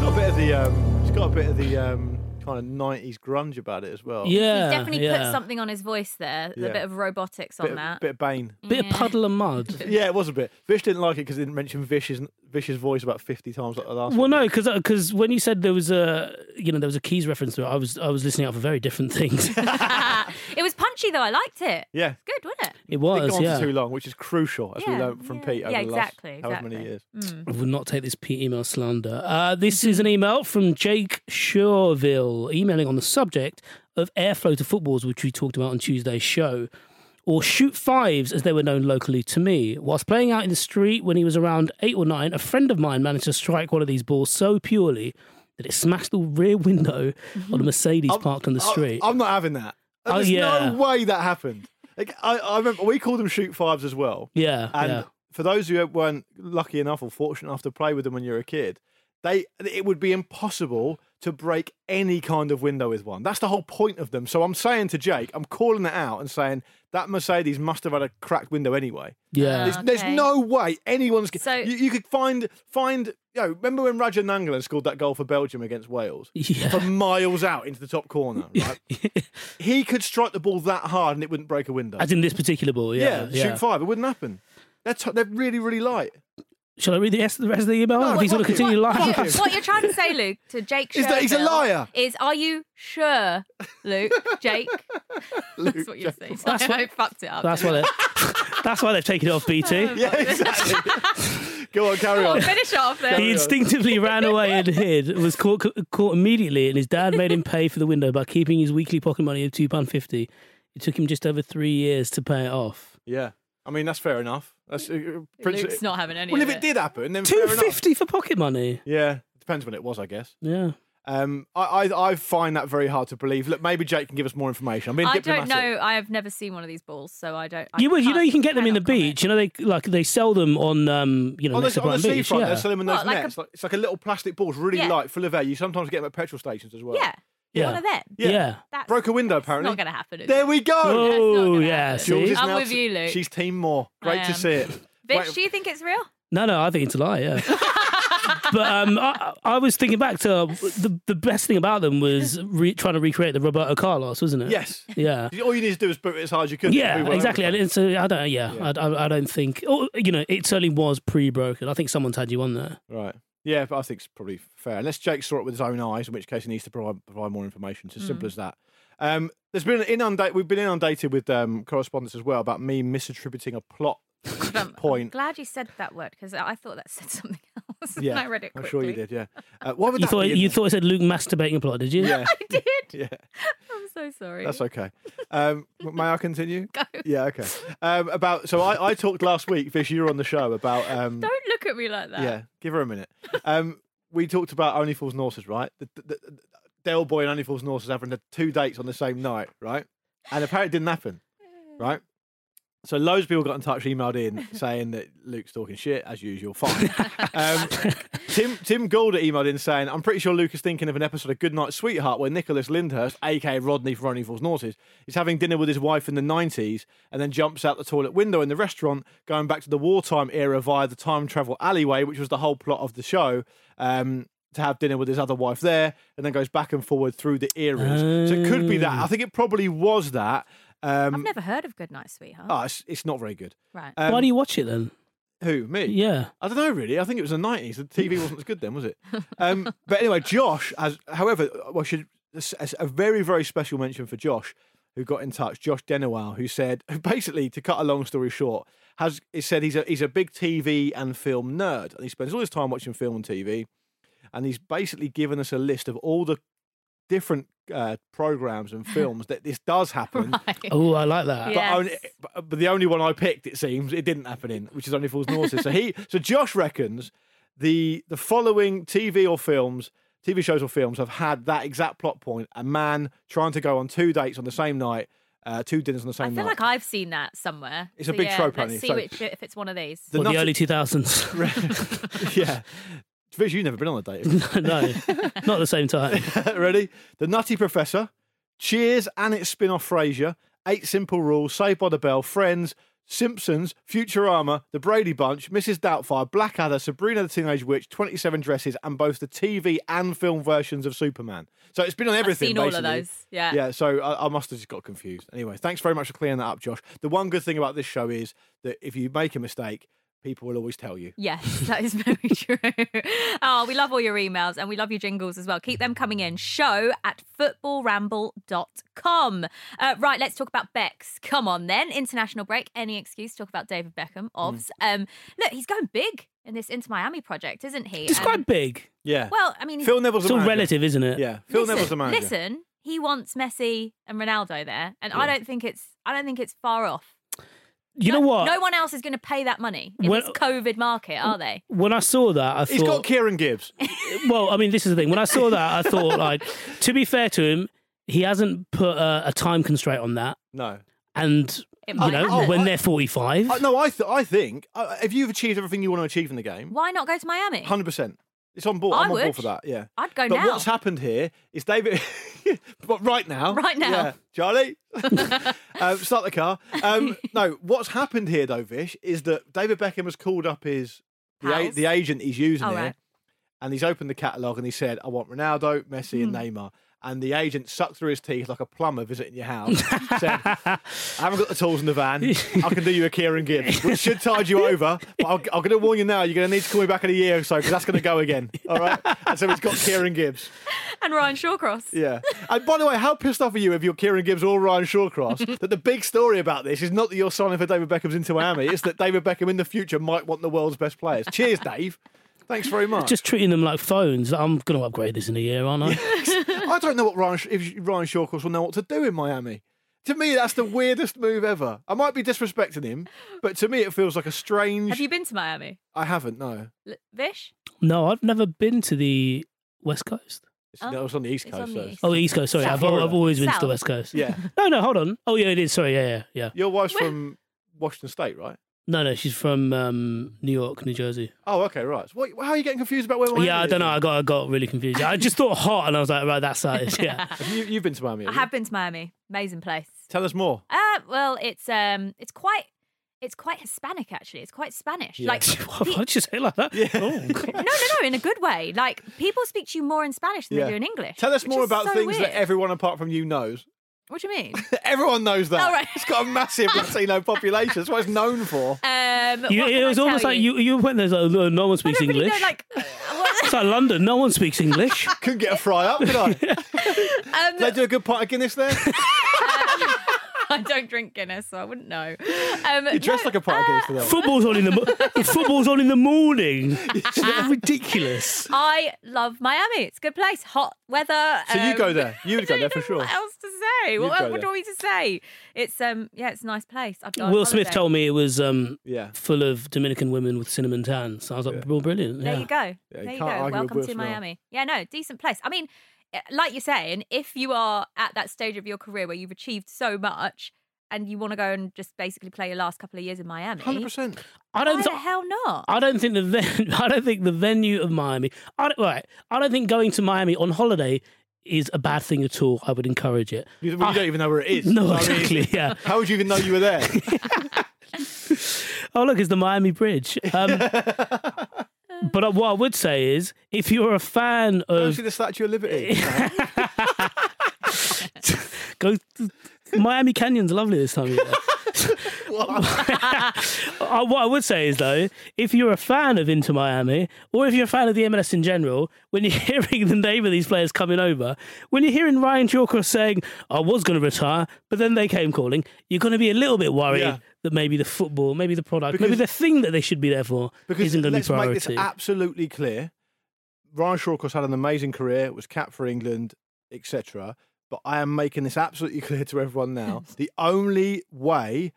It's got a bit of the, um, it's got a bit of the um, kind of 90s grunge about it as well.
Yeah.
He's definitely
yeah.
put something on his voice there.
Yeah.
A bit of robotics on
Bit of,
that.
bit of Bane.
Bit of puddle of mud.
Yeah, it was a bit. Vish didn't like it because it didn't mention Vish's, Vish's voice about 50 times like the last
Well,
one.
no, because when you said there was a you know there was a keys reference to it, I was I was listening out for very different things.
It was punchy though. I liked it.
Yeah.
Good, wasn't it?
It
Didn't go
was,
on
yeah.
for too long, which is crucial, as
Yeah,
we learned from
yeah.
Pete over
Yeah,
the last
exactly,
however many
exactly. Hmm.
years.
I will not take this Pete email slander. Uh, this
Mm-hmm.
is an email from Jake Shurville emailing on the subject of airflow to footballs, which we talked about on Tuesday's show, or shoot fives as they were known locally to me. Whilst playing out in the street when he was around eight or nine, a friend of mine managed to strike one of these balls so purely that it smashed the rear window
Mm-hmm.
on a Mercedes parked on the
I-
street.
I'm not having that.
Oh,
There's
yeah.
no way that happened. Like, I, I remember we called them shoot fives as well.
yeah,
And
yeah.
for those who weren't lucky enough or fortunate enough to play with them when you were a kid, they it would be impossible to break any kind of window with one. That's the whole point of them. So I'm saying to Jake, I'm calling it out and saying that Mercedes must have had a cracked window anyway.
yeah.
There's,
Okay.
there's no way anyone's.
So-
So, you, you could find find. You know, remember when Raja Nangalan scored that goal for Belgium against Wales?
Yeah.
For miles out into the top corner, right? he could strike the ball that hard and it wouldn't break a window.
As in this particular ball,
yeah,
yeah. yeah.
shoot five, it wouldn't happen. They're, t- they're really, really light.
Shall I read the rest the rest of the email?
No,
if he's
what-
going to continue
what-
live.
what-
What, what you're trying to say, Luke, to Jake
Is that he's a
Sherville
liar.
Is are you sure, Luke, Jake? that's what you're saying. So I fucked it up.
That's why they that's why they've taken it off BT.
Yeah, exactly. Go on, carry on.
Finish off then.
He instinctively ran away and hid. Was caught caught immediately, and his dad made him pay for the window by keeping his weekly pocket money of two pound fifty. It took him just over three years to pay it off.
Yeah, I mean that's fair enough. That's uh, Prince.
Luke's not having any.
well,
of
if it did happen, then
Two
fair enough.
fifty for pocket money.
Yeah, depends when it was, I guess.
Yeah,
Um, I, I I find that very hard to believe. Look, maybe Jake can give us more information. I mean,
I don't know. I have never seen one of these balls, so I don't. I
you well, you know
can't-
you can get them in the
cannot comment.
beach. You know they like they sell them on um you know
On
next
the,
to
on the
Brighton Beach.
seafront,
Yeah.
they're selling them those
What, like a-
nets. Like, it's like a little plastic balls, really
Yeah.
light, full of air. You sometimes get them at petrol stations as well.
Yeah,
Yeah.
one of them.
yeah,
That's
Broke a window,
It's
apparently.
not going to happen. is
There
it?
we go.
That's not
Oh,
gonna
yeah,
happen.
see?
Jules is
I'm
now-
with you, Luke.
She's Team More.
I
Great
am.
to see it.
Bitch,
Wait-
do you think it's real?
No, no, I think it's a lie. Yeah, but um, I, I was thinking back to uh, the the best thing about them was re- trying to recreate the Roberto Carlos, wasn't it?
Yes.
Yeah.
All you need to do is boot it as hard as you could. We
Yeah,
won't.
exactly. And it's, uh, I don't. Yeah, I, I, I don't think. Or you know, it certainly was pre-broken. I think someone's had you on there.
Right. Yeah, but I think it's probably fair. Unless Jake saw it with his own eyes, in which case he needs to provide, provide more information. It's as
Mm.
simple as that. Um, there's been inundate. We've been inundated with um, correspondence as well about me misattributing a plot
I'm, I'm
point.
glad you said that word because I thought that said something else. and
yeah,
I read it
I'm
quickly.
sure you did. Yeah. Uh, why would
You
that
thought
be in
you
there?
thought it said Luke masturbating a plot, did you?
Yeah.
I did.
Yeah.
I'm so sorry.
That's okay. Um, w- may I continue? Yeah. Okay. Um, about so I, I talked last week. Fish, you were on the show about um,
Don't look at me like that.
Yeah, give her a minute. Um, we talked about Only Fools and Horses, right? The, the, the, Del Boy and Only Fools and Horses having the two dates on the same night, right? And apparently it didn't happen,
Mm.
right? So loads of people got in touch, emailed in saying that Luke's talking shit as usual. Fine. um, Tim Tim Golder emailed in saying, "I'm pretty sure Luke is thinking of an episode of Good Night Sweetheart where Nicholas Lyndhurst, aka Rodney from Rodney Falls Norses, is having dinner with his wife in the 90s and then jumps out the toilet window in the restaurant, going back to the wartime era via the time travel alleyway, which was the whole plot of the show." Um, to have dinner with his other wife there, and then goes back and forward through the eras. So it could be that. I think it probably was that.
I've
Um,
never heard of Good Night, Sweetheart.
oh, it's, it's not very good.
right.
Um,
Why do you watch it then?
who me?
Yeah.
I don't know, really. I think it was the nineties. The TV wasn't as good then, was it? Um, but anyway, Josh has. However, I should a, a very very special mention for Josh, who got in touch. Josh Denowal, who said who basically, to cut a long story short, has he said he's a he's a big TV and film nerd, and he spends all his time watching film and TV, and he's basically given us a list of all the different uh, programs and films that this does happen.
Right.
Oh, I like
Yeah.
that.
But, only,
Yes.
but, but the only one I picked, it seems, it didn't happen in, which is only Fools and Horses. so he, so Josh reckons the the following TV or films, TV shows or films have had that exact plot point: a man trying to go on two dates on the same night, uh, two dinners on the same
I feel
night.
like I've seen that somewhere.
It's a big
yeah,
trope,
Let's
honey,
see
so-
which, if it's one of these.
the
Or the
nut-
early two thousands.
yeah, Viz, you've never been on a date. have you?
no, not at the same time.
Ready? The Nutty Professor, Cheers and its spin-off Frasier, Eight Simple Rules, Saved by the Bell, Friends, Simpsons, Futurama, The Brady Bunch, Mrs. Doubtfire, Blackadder, Sabrina the Teenage Witch, 27 Dresses, and both the TV and film versions of Superman. So it's been on everything.
I've seen all of
basically.
those. Yeah.
Yeah, so I, I must have just got confused. Anyway, thanks very much for clearing that up, Josh. The one good thing about this show is that if you make a mistake, people will always tell you.
Yes, that is very true. Oh, we love all your emails and we love your jingles as well. Keep them coming in. Show at footballramble.com. Uh, right, let's talk about Bex. Come on then. International break. Any excuse to talk about David Beckham, obs.
Mm.
Um, look, he's going big in this Inter Miami project, isn't he?
Describe
Um,
big.
Yeah.
well, I mean,
Phil Neville's
It's
a
all
manager.
relative, isn't it?
Yeah. Phil
listen,
Neville's a manager.
Listen, he wants Messi and Ronaldo there, and I don't think it's I don't think it's far off.
You know
No-
what?
No one else is going to pay that money in
Well-
this COVID market, are they?
When I saw that, I
He's
thought.
got Kieran Gibbs.
well, I mean, this is the thing. When I saw that, I thought, like, to be fair to him, he hasn't put a, a time constraint on that.
No.
And
It
you
might
know,
happen.
when they're forty-five,
I, Uh, no, I th- I think uh, if you've achieved everything you want to achieve in the game,
Why not go to Miami?
hundred percent, it's on board.
I
I'm on
would.
board for that. Yeah.
I'd go
but
now.
what's happened here is David. but right now,
Right now.
yeah, Charlie, um, start the car. Um, no, what's happened here though, Vish, is that David Beckham has called up his the, a-
Pals.
the agent he's using
Oh,
here,
right.
and he's opened the catalogue and he said, "I want Ronaldo, Messi, and Neymar." And the agent sucked through his teeth like a plumber visiting your house. said, "I haven't got the tools in the van. I can do you a Kieran Gibbs, which should tide you over. But I'll, I'm going to warn you now. You're going to need to call me back in a year or so because that's going to go again. All right. And so he's got Kieran Gibbs.
and Ryan Shawcross.
Yeah. And by the way, how pissed off are you if you're Kieran Gibbs or Ryan Shawcross that the big story about this is not that you're signing for David Beckham's into Miami, it's that David Beckham in the future might want the world's best players. Cheers, Dave. Thanks very much.
just treating them like phones. I'm going to upgrade this in a year, aren't I?
I don't know what Ryan if Ryan Shawcross will know what to do in Miami. To me, that's the weirdest move ever. I might be disrespecting him, but to me, it feels like a strange.
Have you been to Miami,
I haven't. No,
L- Vish?
No, I've never been to the West Coast.
it's,
Oh,
no, it's on the East
it's
Coast.
on the
so-
East.
Oh, East Coast. Sorry,
South
I've, al- I've
Florida.
always been to the
South.
West Coast.
Yeah,
No, no, hold on. Oh, yeah, it is. Sorry, yeah, yeah, yeah.
your wife's
Where-
from Washington State, right?
No, no, she's from um, New York, New Jersey.
Oh, okay, right. So what, how are you getting confused about where? Miami
yeah, I
is?
don't know. I got, I got really confused. I just thought hot, and I was like, right, that's that is. Yeah.
Have you, you've been to Miami.
I
have you?
have been to Miami. Amazing place.
Tell us more.
Uh, well, it's um, it's quite, it's quite Hispanic actually. It's quite Spanish. Like,
Why
the-
did you say it like that?
Yeah.
Oh, God.
no, no, no, in a good way. Like, people speak to you more in Spanish than
Yeah.
they do in English.
Tell us
which
more
is
about
so
things
weird.
that everyone apart from you knows.
What do you mean?
Everyone knows that.
Oh, right.
It's got a massive Latino population. That's what it's known for.
Um,
You-
what can
it
I
was
tell
almost like you, you went there, like, no, no one
I
speaks
don't really
English.
know, like, uh,
It's
what-
like London, no one speaks English.
Couldn't get a fry up, could I? Did
um,
they do a good pint of Guinness there?
I don't drink Guinness, so I wouldn't know. Um,
You dressed like a pint of Guinness today.
football's on in the, mo- football's on in the morning. It's ridiculous.
I love Miami. It's a good place. Hot weather.
So you
um,
go there. You would
I
go there
don't
for
know
sure.
What else to say? What,
You'd
what
go
do you
there.
want me to say? It's um, yeah, it's a nice place. I'd go on
Will Smith
Oh, holiday.
told me it was um,
Yeah.
full of Dominican women with cinnamon tans. So I was like, well, brilliant.
There
yeah.
you go.
you
there you
can't
go.
argue with
Welcome
Will
to
Smith.
Miami. Yeah, no, decent place. I mean, eh, like you're saying, if you are at that stage of your career where you've achieved so much and you want to go and just basically play your last couple of years in Miami,
100%.
I
why
don't.
the
Th-
hell not?
I don't think the ven- I don't think the venue of Miami. I don't, right. I don't think going to Miami on holiday is a bad thing at all. I would encourage it.
You, well, you
I-
Ah.
don't even know where it is.
No,
I mean,
exactly. Yeah.
how would you even know you were there?
Oh, look, it's the Miami Bridge. Um, but uh, what I would say is, if you're a fan
Go
of
see the Statue of Liberty.
go, Miami Canyon's lovely this time of year. Uh, what I would say is though, if you're a fan of Inter Miami, or if you're a fan of the MLS in general, when you're hearing the name of these players coming over, when you're hearing Ryan Chalker saying, "I was going to retire, but then they came calling," you're going to be a little bit worried
Yeah.
that maybe the football, maybe the product, maybe
Because-
the thing that they should be there for
because
isn't going to be
let's make this
priority.
absolutely clear. Ryan Shawcross had an amazing career, was capped for England, etc. But I am making this absolutely clear to everyone now. the only way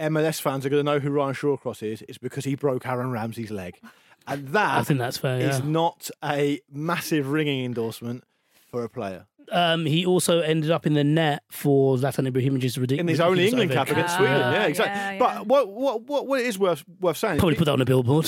MLS fans are going to know who Ryan Shawcross is is because he broke Aaron Ramsey's leg, and
I
that
think that's fair.
is
Yeah.
not a massive ringing endorsement for a player
Um, he also ended up in the net for Zlatan Ibrahimovic.
in his own England cap
capital.
against
Ah,
Sweden. Yeah,
yeah,
exactly.
yeah.
But what what what what it is worth worth saying? is
Probably put that on a billboard.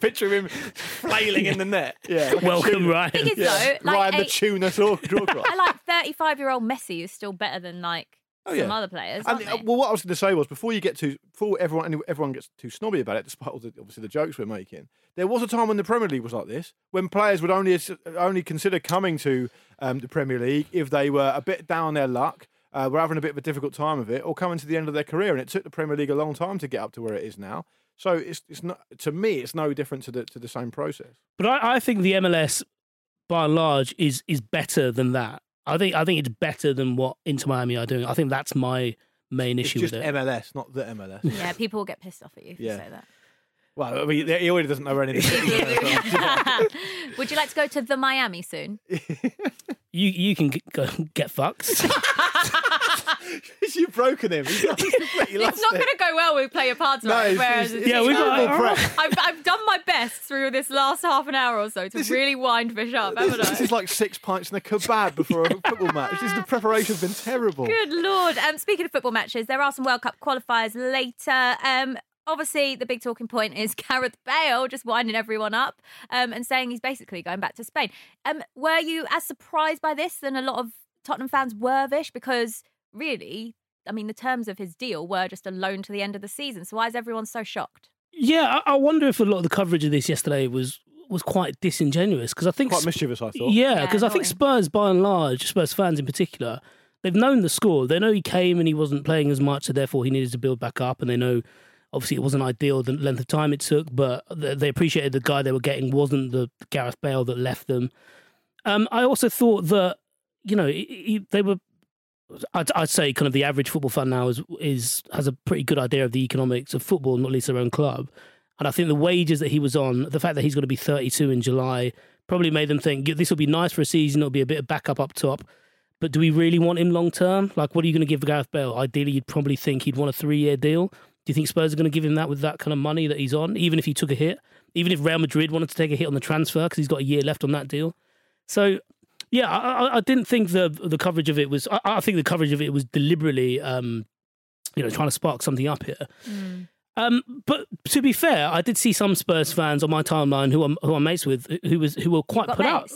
Picture him flailing in the net. Yeah, like a
Welcome, Ryan.
Thing is,
Yeah.
though, like
Ryan the
a-
tuna draw, draw crop.
I like 35 year old Messi is still better than like
Oh,
some
yeah.
other players.
And,
aren't
uh,
they?
well, what I was going to say was before you get too before everyone any- everyone gets too snobby about it, despite all the, obviously the jokes we're making, there was a time when the Premier League was like this, when players would only only consider coming to um, the Premier League if they were a bit down their luck, uh, were having a bit of a difficult time of it or coming to the end of their career. And it took the Premier League a long time to get up to where it is now. So it's it's not to me it's no different to the to the same process.
But I, I think the MLS, by and large, is is better than that. I think I think it's better than what Inter Miami are doing. I think that's my main
It's
issue
just
with it.
MLS, not the MLS.
Yeah, people will get pissed off at you if
Yeah.
you say that.
well, I mean, he already doesn't know where anything.
Would you like to go to the Miami soon?
you you can g- go get fucked.
You've broken him. He's not, he lost
It's not
it.
going to go well with player parts.
No,
like,
it's-
whereas
it's-
it's
yeah, we've
terrible.
got.
I've, I've done my best through this last half an hour or so to really wind fish up, haven't
This
oh, I?
is like six pints and a kebab before a football match. This, the preparation's been terrible.
Good lord! Um, speaking of football matches, there are some World Cup qualifiers later. Um, obviously, the big talking point is Gareth Bale just winding everyone up um, and saying he's basically going back to Spain. Um, were you as surprised by this than a lot of Tottenham fans were, Vish? Because really, I mean, the terms of his deal were just a loan to the end of the season. So why is everyone so shocked?
Yeah, I, I wonder if a lot of the coverage of this yesterday was was quite disingenuous because I think
Quite
Sp-
mischievous, I thought.
Yeah,
Yeah,
because I
annoying.
think Spurs, by and large, Spurs fans in particular, they've known the score. They know he came and he wasn't playing as much, so therefore he needed to build back up. And they know, obviously, it wasn't ideal the length of time it took, but they they appreciated the guy they were getting wasn't the Gareth Bale that left them. Um, I also thought that you know he- he- they were. I'd, I'd say kind of the average football fan now is is has a pretty good idea of the economics of football, not least their own club. And I think the wages that he was on, the fact that he's going to be 32 in July, probably made them think "Yeah, this will be nice for a season. It'll be a bit of backup up top. But do we really want him long term? Like, what are you going to give Gareth Bale? Ideally, you'd probably think he'd want a three year deal. Do you think Spurs are going to give him that with that kind of money that he's on, even if he took a hit? Even if Real Madrid wanted to take a hit on the transfer because he's got a year left on that deal? So, yeah, I, I- I didn't think the the coverage of it was. I, I think the coverage of it was deliberately, um, you know, trying to spark something up here. Um, but to be fair, I did see some Spurs fans on my timeline who I'm who I'm mates with who was who were quite
got
put out.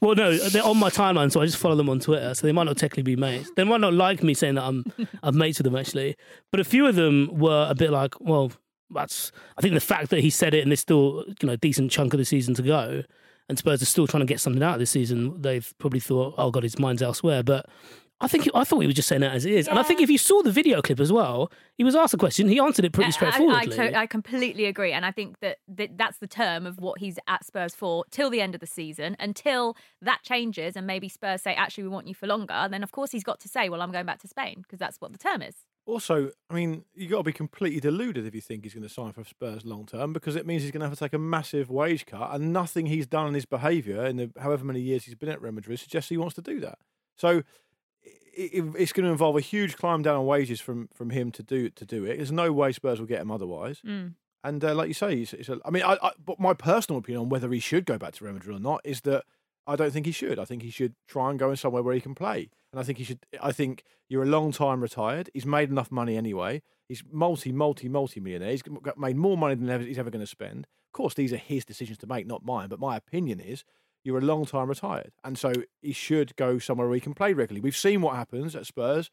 well, no, they're on my timeline, so I just follow them on Twitter. So they might not technically be mates. They might not like me saying that I'm I'm mates with them actually. But a few of them were a bit like, well, that's. I think the fact that he said it and there's still you know a decent chunk of the season to go, and Spurs are still trying to get something out of this season. They've probably thought, oh god, his mind's elsewhere. But I think I thought he was just saying that as it is. And I think if you saw the video clip as well, he was asked a question. He answered it pretty
I- I, I,
straightforwardly.
to- I completely agree, and I think that, that that's the term of what he's at Spurs for till the end of the season. Until that changes, and maybe Spurs say, "Actually, we want you for longer," and then of course he's got to say, "Well, I'm going back to Spain," because that's what the term is.
Also, I mean, you got to be completely deluded if you think he's going to sign for Spurs long term because it means he's going to have to take a massive wage cut, and nothing he's done in his behaviour in the however many years he's been at Real Madrid suggests he wants to do that. So it, it's going to involve a huge climb down on wages from from him to do to do it. There's no way Spurs will get him otherwise. And uh, like you say, it's, it's a, I mean, I, I, but my personal opinion on whether he should go back to Real Madrid or not is that I don't think he should. I think he should try and go in somewhere where he can play. And I think he should. I think you're a long time retired. He's made enough money anyway. He's multi, multi, multi millionaire. He's got- made more money than ever, he's ever going to spend. Of course, these are his decisions to make, not mine. But my opinion is you're a long time retired, and so he should go somewhere where he can play regularly. We've seen what happens at Spurs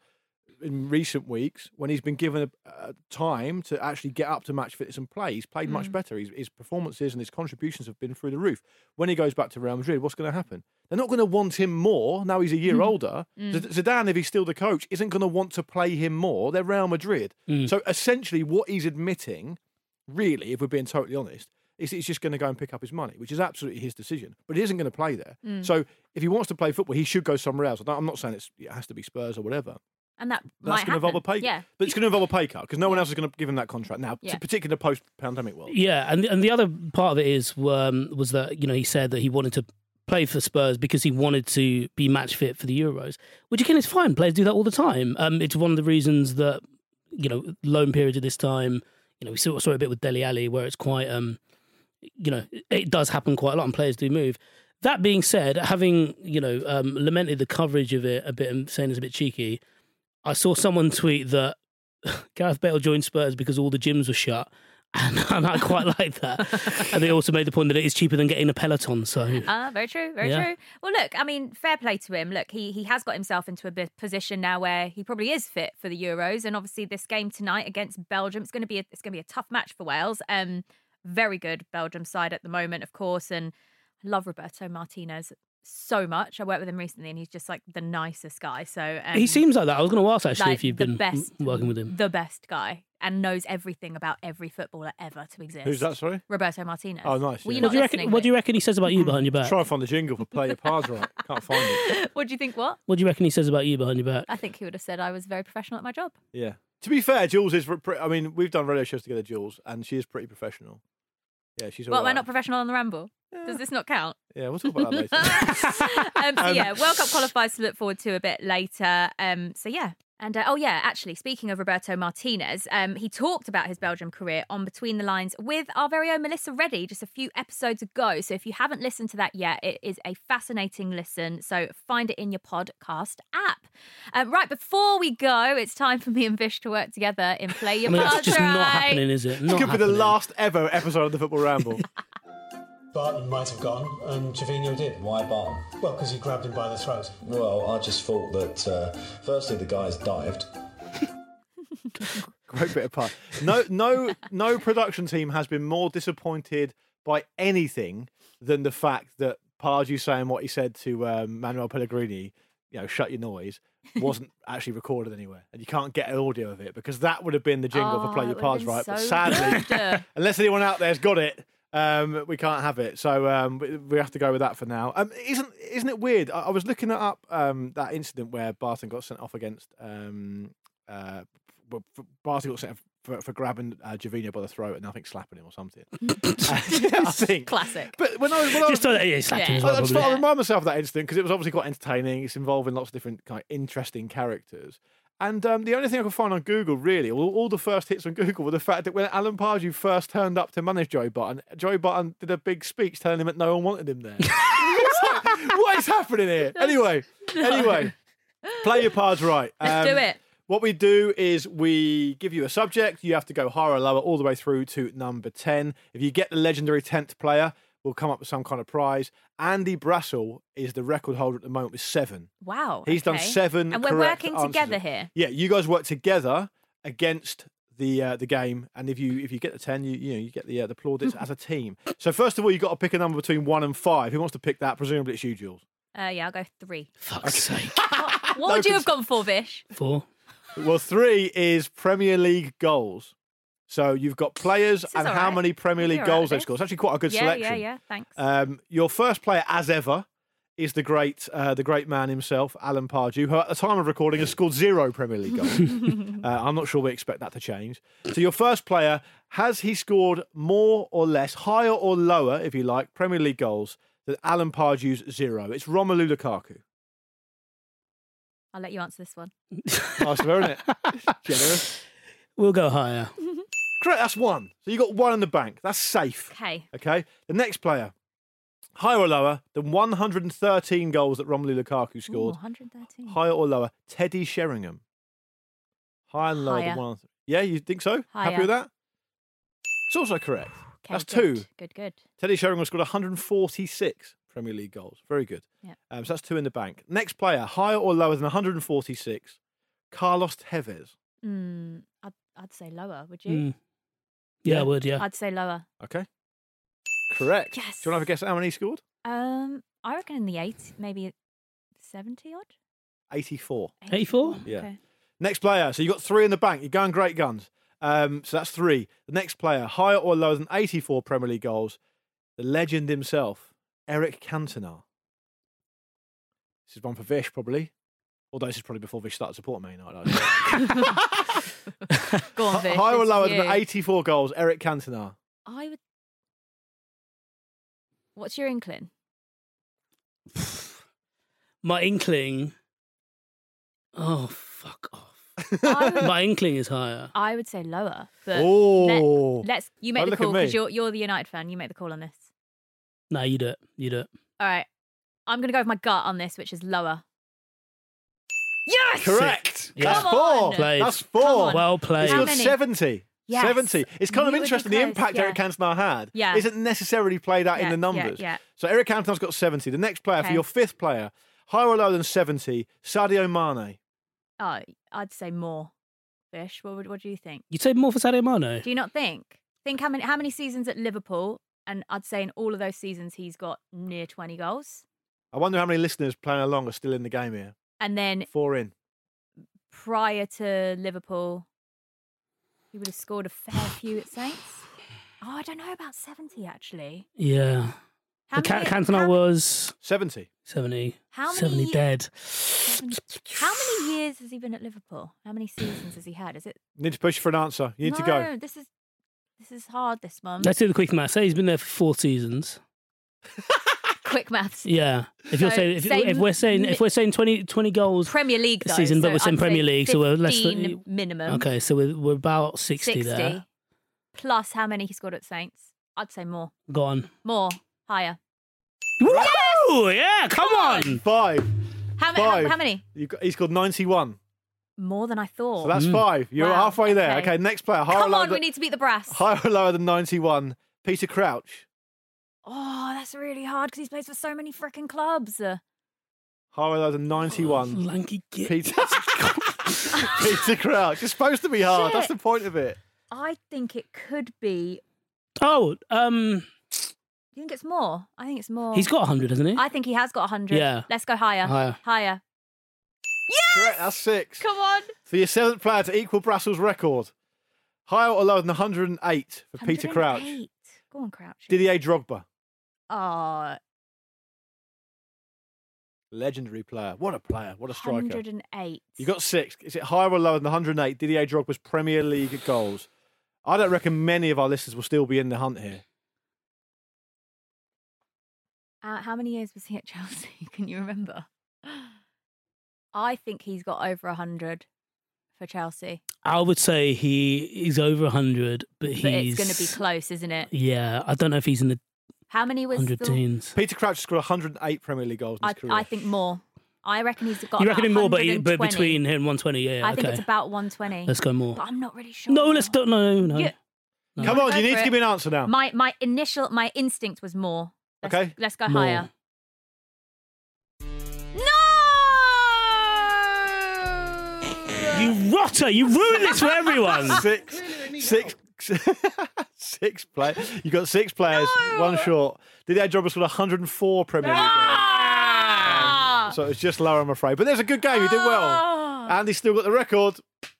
in recent weeks when he's been given a, a time to actually get up to match fitness and play. He's played much better. His, his performances and his contributions have been through the roof. When he goes back to Real Madrid, what's going to happen? They're not going to want him more now he's a year older. Z- Zidane, if he's still the coach, isn't going to want to play him more. They're Real Madrid. So essentially, what he's admitting, really, if we're being totally honest, is he's just going to go and pick up his money, which is absolutely his decision. But he isn't going to play there. So if he wants to play football, he should go somewhere else. I don't- I'm not saying it's, it has to be Spurs or whatever.
And that might
That's going to involve a
happen.
pay
Yeah,
But it's going to involve a pay cut because no one else is going to give him that contract now,
Yeah.
particularly in the post pandemic world.
Yeah, and and the other part of it is um, was that you know he said that he wanted to play for Spurs because he wanted to be match fit for the Euros, which again is fine. Players do that all the time. Um, it's one of the reasons that you know loan periods at this time. You know, we saw, saw it a bit with Deli Ali where it's quite um, you know, it does happen quite a lot, and players do move. That being said, having you know um, lamented the coverage of it a bit and saying it's a bit cheeky, I saw someone tweet that Gareth Bale joined Spurs because all the gyms were shut, and, and I quite like that. And they also made the point that it is cheaper than getting a Peloton. So
Ah, very true, very
Yeah.
true. Well, look, I mean, fair play to him. Look, he he has got himself into a bi- position now where he probably is fit for the Euros, and obviously this game tonight against Belgium, it's going to be a, it's going to be a tough match for Wales. Um, very good Belgium side at the moment, of course, and I love Roberto Martinez. so much. I worked with him recently, and he's just like the nicest guy. So um,
he seems like that. I was going to ask actually
like,
if you've
the
been
best-
w- working with him.
the best guy and knows everything about every footballer ever to exist.
Who's that? Sorry.
Roberto Martinez.
Oh, nice,
Were
yeah.
you
What
not
do
listening? Mm-hmm.
you reckon? What do you reckon he says about you behind your back?
Try and find the jingle for play your cards right. Can't find it.
what do you think? What?
What do you reckon he says about you behind your back?
I think he would have said I was very professional at my job.
Yeah. To be fair, Jules is. Pre- I mean, we've done radio shows together, Jules, and she is pretty professional. Yeah, she's.
Well,
all
am I
right.
not professional on the ramble? Does this not count?
Yeah, we'll talk about that later.
um, so
Um,
yeah, World Cup qualifiers to look forward to a bit later. Um, so yeah. And uh, oh yeah, actually, speaking of Roberto Martinez, um, he talked about his Belgium career on Between the Lines with our very own Melissa Reddy just a few episodes ago. So if you haven't listened to that yet, it is a fascinating listen. So find it in your podcast app. Um, right before we go, it's time for me and Vish to work together in Play
I
Your
mean,
Cards
that's just not
Right.
happening, is it?
This
Not
could be the
happening.
last ever episode of the Football Ramble.
Barton might have gone, and Trevino did.
Why Barton?
Well, because he grabbed him by the throat.
Well, I just thought that uh, firstly the guys dived.
Great bit of pie. No, no, no production team has been more disappointed by anything than the fact that Pardew saying what he said to um, Manuel Pellegrini, you know, shut your noise, wasn't actually recorded anywhere, and you can't get an audio of it because that would have been the jingle
Oh,
for "Play
it
Your
would
Cards
have
Right."
been
but
so
sadly,
good.
unless anyone out there's got it, um, we can't have it. So um, we, we have to go with that for now. Um, isn't isn't it weird? I, I was looking it up um, that incident where Barton got sent off against um, uh, b- b- Barton got sent off for, for grabbing uh, Jovino by the throat and I think slapping him or something. I think.
Classic.
But when I was, when I was
Just thought, yeah, he slapped
Yeah.
him as
I,
well.
I just
probably.
thought I'd remind myself of that incident because it was obviously quite entertaining. It's involving lots of different kind of interesting characters. And um, the only thing I could find on Google, really, all, all the first hits on Google were the fact that when Alan Pardew first turned up to manage Joey Button, Joey Button did a big speech telling him that no one wanted him there. It's like, what is happening here? Anyway, anyway, play your cards right.
Let's
Um,
do it.
what we do is we give you a subject. You have to go higher or lower all the way through to number 10. If you get the legendary 10th player, we'll come up with some kind of prize. Andy Brassel is the record holder at the moment with seven.
Wow.
He's done
okay.
seven
And we're
correct
working
answers.
together here.
Yeah, you guys work together against the uh, the game, and if you if you get the ten, you you know you get the uh, the plaudits as a team. So first of all, you have got to pick a number between one and five. Who wants to pick that? Presumably it's you, Jules.
Uh, yeah, I'll go three.
Fuck's sake.
What, what would you have gone for, Vish?
Four.
Well, three is Premier League goals. So you've got players
is
and
all
how
right.
many
We'll
Premier
be
League
all right
goals
with
they've
this.
scored. It's actually quite a good
yeah,
selection.
yeah, yeah. Thanks.
Um, your first player, as ever, is the great, uh, the great man himself, Alan Pardew, who at the time of recording has scored zero Premier League goals. uh, I'm not sure we expect that to change. So your first player, has he scored more or less, higher or lower, if you like, Premier League goals than Alan Pardew's zero? It's Romelu Lukaku.
I'll let you answer this one.
Nice of her, isn't it? Generous.
We'll go higher.
Correct. That's one. So you got one in the bank. That's safe.
Okay.
Okay. The next player, higher or lower than 113 goals that Romelu Lukaku
Ooh,
scored.
113.
Higher or lower? Teddy Sheringham. Higher and lower
Higher.
than one. Yeah, you think so? Happy
Higher.
with that? It's also correct.
Okay,
That's
good,
two.
Good, good.
Teddy Sheringham scored 146 Premier League goals. Very good.
Yep.
Um, so that's two in the bank. Next player, higher or lower than 146? Carlos Tevez.
Mm, I'd, I'd say lower, would you?
Mm. Yeah, I would, yeah.
I'd say lower.
Okay. Correct.
Yes.
Do you want to have a guess at how many he scored?
Um, I reckon in the eight, maybe 70 odd?
84.
84?
Yeah.
Okay.
Next player. So you got three in the bank. You're going great guns. Um, so that's three. The next player, higher or lower than 84 Premier League goals, the legend himself, Eric Cantona. This is one for Vish, probably. Although this is probably before Vish started supporting Man United. I don't know.
Go on, Vish,
higher or
it's
lower than
you.
84 goals, Eric Cantona.
I would. What's your inkling?
My inkling. Oh, fuck off.
I would,
My inkling is higher.
I would say lower. But
Oh.
let, us You
Oh,
make the
look at
call because
me.
you're, you're the United fan. You make the call on this.
No, you do it. You do it.
All right. I'm going to go with my gut on this, which is lower. Yes!
Correct.
Yeah.
That's
Come
four.
on.
Played.
That's
Come
four.
on.
Well played.
He's
How
got
many?
70.
Yes.
70. It's kind
You
of
would be
interesting. the
close,
impact
yeah.
Eric Cantona had
Yeah.
isn't necessarily played out
Yeah,
in the
yeah,
numbers.
yeah.
So Eric Cantona's got 70. The next player for
Okay.
your fifth player, higher or lower than 70, Sadio Mane.
Oh, I'd say more. Fish, what, would, what do you think?
You'd say more for Sadio Mane?
Do you not think? Think how many how many seasons at Liverpool, and I'd say in all of those seasons he's got near twenty goals.
I wonder how many listeners playing along are still in the game here.
And then
Four in.
prior to Liverpool, he would have scored a fair few at Saints. Oh, I don't know about 70 actually.
Yeah.
How
Ca-
many-
Cantona
how-
was
70.
70.
How
70
many-
dead.
How many years has he been at Liverpool? How many seasons has he had? Is it?
Need to push for an answer. You need to go.
No, This is this is hard. This one.
Let's do the quick math. Say he's been there for four seasons.
Quick maths.
Yeah. If you're
So,
saying if,
say
if we're saying if we're saying 20, 20 goals,
Premier League though,
Season, but
so
we're saying
I'd
Premier
say
League, so we're less than-
15 minimum.
okay, so we're, we're about 60,
60
there.
plus how many he scored at Saints? I'd say more,
Gone.
more, higher.
Woo! Yeah, come on.
Five.
How, ma- how,
Five.
how many?
You got, he's called 91.
More than I thought.
So that's five. You're
Wow,
halfway there.
okay.
Okay, next player. Higher, or
Come
lower
on,
than,
we need to beat the brass.
higher or lower than 91. Peter Crouch.
Oh, that's really hard because he's played for so many freaking clubs. Uh,
Higher or lower than 91.
Lanky git.
Peter. Peter Crouch. It's supposed to be hard. That's the
Shit.
point of it.
I think it could be.
Oh, um,
Do you think it's more? I think it's more.
he's got 100, hasn't he?
Oh. I think he has got 100.
Yeah.
Let's go higher.
Higher.
Higher.
Correct. That's six.
Come on.
So your seventh player to equal Brassel's record. Higher or lower than 108 for Peter Crouch.
108. Go on, Crouch.
Didier Drogba.
oh,
Legendary player. What a player. What a striker.
108.
You got six. Is it higher or lower than 108? Didier Drogba's Premier League goals. I don't reckon many of our listeners will still be in the hunt here.
Uh, how many years was he at Chelsea? Can you remember? I think he's got over 100 for Chelsea.
I would say he is over 100, but he's.
But it's going to be close, isn't it?
Yeah, I don't know if he's in the
How many was
100
the,
teens.
Peter Crouch scored 108 Premier League goals in
I,
his career.
I think more. I reckon he's got
You
about
reckon him more, but, he- but
120.
between him and 120, yeah. yeah,
I think
okay.
it's about 120.
Let's go more.
But I'm not really sure.
No, let's don't. No, no, no.
You-
No.
Come on,
Go
you need
for
to
it.
give me an answer now.
My my initial my instinct was more. Let's,
Oh. Okay.
Let's go
More.
higher. No.
You rotter! You ruined this for everyone.
Six, six, six play. You got six players, one short. Didier Drogba scored 104 Premier League goals.
Ah!
So it's just lower, I'm afraid. But there's a good game. You did well.
Oh.
Andy's still got the record.
Damn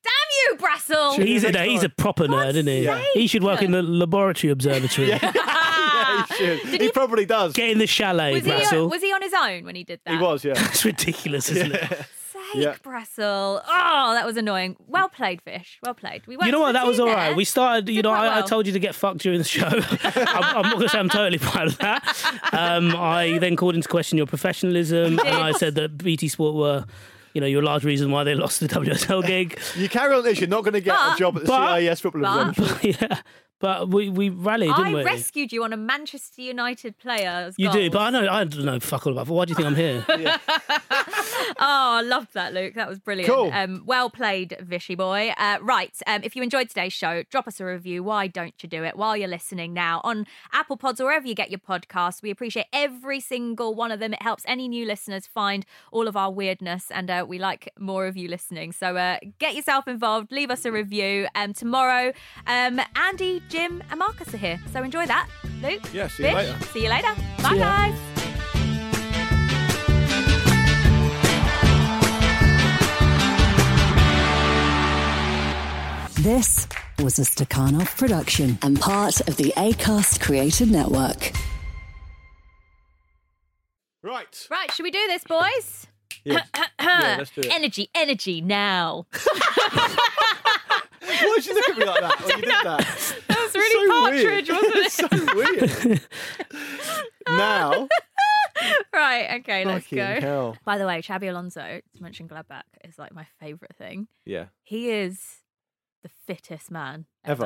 you, Brassel!
He's a no, he's a proper nerd, isn't he?
Yeah.
He should work in the laboratory observatory.
Ah!
Yeah, he should. He, probably does.
Get in the chalet,
Was he, on,
Russell.
was he on his own when he did that?
He was, yeah.
It's ridiculous, isn't it?
Sake,
Yeah.
Brassel. Oh, that was annoying. Well played, Fish. Well played. We
You
weren't
know what? That was
in
all
there.
right. We started. You
Did
know,
quite
I, I
well.
told you to get fucked during the show. I'm, I'm not gonna say I'm totally proud of that. Um, I then called into question your professionalism, and I said that BT Sport were, you know, your large reason why they lost the WSL gig.
You carry on this, you're not going to get
But-
a job at the
but-
CIS Football
but-
Awards.
But, yeah, but we we rallied, didn't
I
we?
rescued you on a Manchester United player's
you
goal.
do, but I know I don't know fuck all about. Why do you think I'm here?
Oh, I loved that, Luke. That was brilliant.
Cool.
Um, well played, Vishy boy. Uh, right. Um, if you enjoyed today's show, drop us a review. Why don't you do it while you're listening now on Apple Pods or wherever you get your podcasts? We appreciate every single one of them. It helps any new listeners find all of our weirdness, and uh, we like more of you listening. So uh, get yourself involved. Leave us a review. Um, tomorrow, um, Andy, Jim, and Marcus are here. So enjoy that, Luke.
Yeah, see you
Vish,
later.
See you later. Bye,
ya.
guys.
This was a Stakhanov production and part of the Acast Creative Network.
Right.
Right, should we do this, boys?
Yeah. Yeah, let's do it.
Uh-huh. Energy, energy now.
Why did you look at me like that when you did that?
That was
so weird. It's so weird. now,
right, okay, let's
fucking
go.
hell.
By the way, Xabi Alonso, to mention Gladbach, is like my favourite thing.
Yeah.
He is the fittest man
Ever.